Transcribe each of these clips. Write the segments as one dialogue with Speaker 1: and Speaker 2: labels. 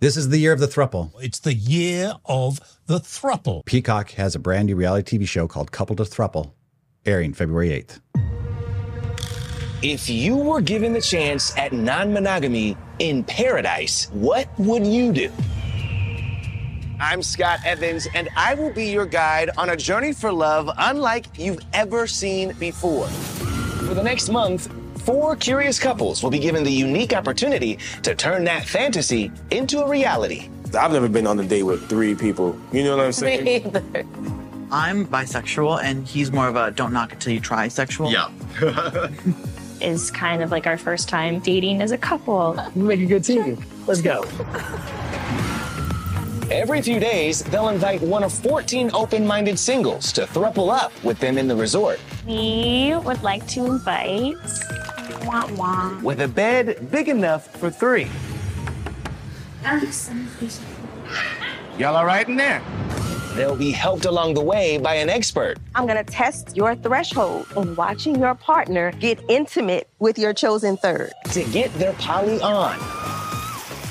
Speaker 1: This is the year of the thruple.
Speaker 2: It's the year of the thruple.
Speaker 1: Peacock has a brand new reality TV show called Couple to Thruple, airing February 8th.
Speaker 3: If you were given the chance at non monogamy in paradise, what would you do? I'm Scott Evans, and I will be your guide on a journey for love unlike you've ever seen before. For the next month, four curious couples will be given the unique opportunity to turn that fantasy into a reality.
Speaker 4: I've never been on a date with three people. You know what I'm saying?
Speaker 5: I'm bisexual and he's more of a don't knock it till you try sexual.
Speaker 6: Yeah.
Speaker 7: is kind of like our first time dating as a couple.
Speaker 3: Make a good team. Let's go. Every few days, they'll invite one of 14 open minded singles to thruple up with them in the resort.
Speaker 7: We would like to invite. Wah, wah.
Speaker 3: with a bed big enough for three.
Speaker 4: Y'all all right in there?
Speaker 3: They'll be helped along the way by an expert
Speaker 8: I'm going to test your threshold in watching your partner get intimate with your chosen third.
Speaker 3: to get their poly on.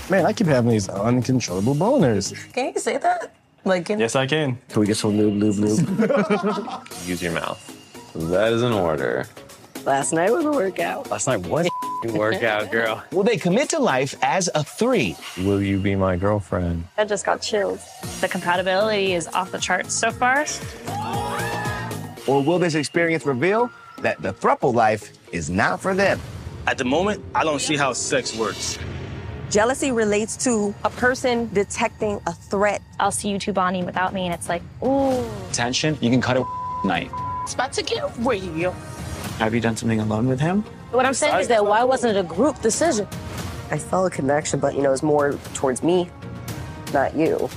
Speaker 4: Man, I keep having these uncontrollable boners.
Speaker 9: Can you say that? Like, in-
Speaker 10: Yes, I can.
Speaker 4: Can we get some lube, lube, lube?
Speaker 10: Use your mouth. That is an order.
Speaker 9: last night was a workout.
Speaker 10: Last night, what workout, girl?
Speaker 3: Will they commit to life as a three?
Speaker 10: Will you be my girlfriend?
Speaker 9: I just got chills.
Speaker 7: The compatibility is off the charts so far.
Speaker 3: Or will this experience reveal that the thruple life is not for them?
Speaker 6: At the moment, I don't see how sex works.
Speaker 8: Jealousy relates to a person detecting a threat.
Speaker 7: I'll see you two bonding without me, and it's like, ooh.
Speaker 6: Tension, you can cut a night.
Speaker 9: It's about to get real.
Speaker 3: Have you done something alone with him?
Speaker 9: What I'm saying is that why wasn't it a group decision?
Speaker 8: I felt a connection, but you know, it's more towards me, not you.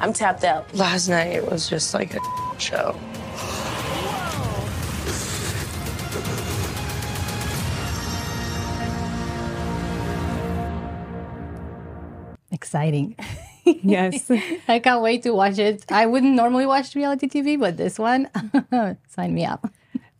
Speaker 9: I'm tapped out. Last night it was just like a show.
Speaker 11: Exciting. yes. I can't wait to watch it. I wouldn't normally watch reality TV, but this one, sign me up.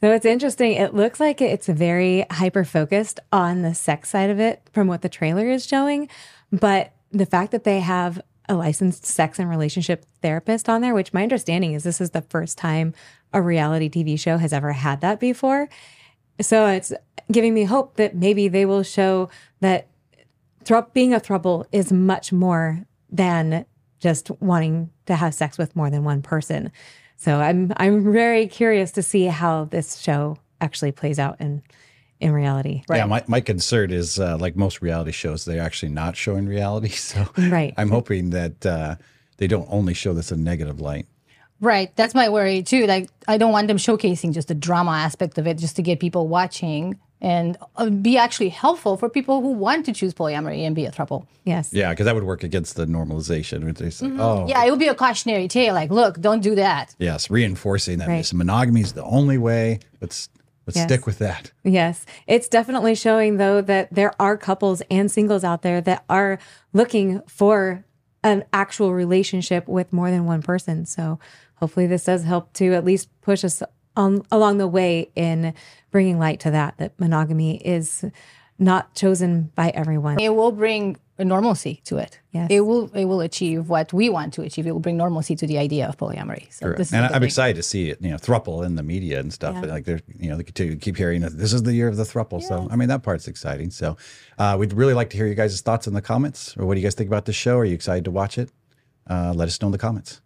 Speaker 12: So it's interesting. It looks like it's very hyper focused on the sex side of it from what the trailer is showing. But the fact that they have a licensed sex and relationship therapist on there, which my understanding is this is the first time a reality TV show has ever had that before. So it's giving me hope that maybe they will show that thru- being a throuple is much more than just wanting to have sex with more than one person. So I'm I'm very curious to see how this show actually plays out in in reality.
Speaker 1: Yeah, my, my concern is uh, like most reality shows, they're actually not showing reality. So
Speaker 12: Right.
Speaker 1: I'm hoping that uh, they don't only show this in negative light.
Speaker 11: Right. That's my worry too. Like, I don't want them showcasing just the drama aspect of it just to get people watching and uh, be actually helpful for people who want to choose polyamory and be a throuple.
Speaker 12: Yes. Mm-hmm.
Speaker 1: Yeah, because that would work against the normalization. It's just like, oh,
Speaker 11: Yeah, it would be a cautionary tale. Like, look, don't do that.
Speaker 1: yes, reinforcing that
Speaker 12: Right.
Speaker 1: this monogamy is the only way. Let's let's
Speaker 12: Yes.
Speaker 1: stick with that.
Speaker 12: Yes. It's definitely showing though that there are couples and singles out there that are looking for an actual relationship with more than one person. So hopefully um, this does help to at least push us on along the way in bringing light to that that monogamy is not chosen by everyone.
Speaker 11: It will bring a normalcy to it.
Speaker 12: Yes.
Speaker 11: It will it will achieve what we want to achieve. It will bring normalcy to the idea of polyamory. So this is
Speaker 1: and
Speaker 11: like a
Speaker 1: I'm
Speaker 11: big-
Speaker 1: excited to see it, you know, thruple in the media and stuff.
Speaker 12: Yeah.
Speaker 1: Like they're, you know, they continue to keep hearing that this is the year of the thruple. So I mean, that part's exciting. So uh, we'd really like to hear you guys' thoughts in the comments, or what do you guys think about this show? Are you excited to watch it? Uh, let us know in the comments.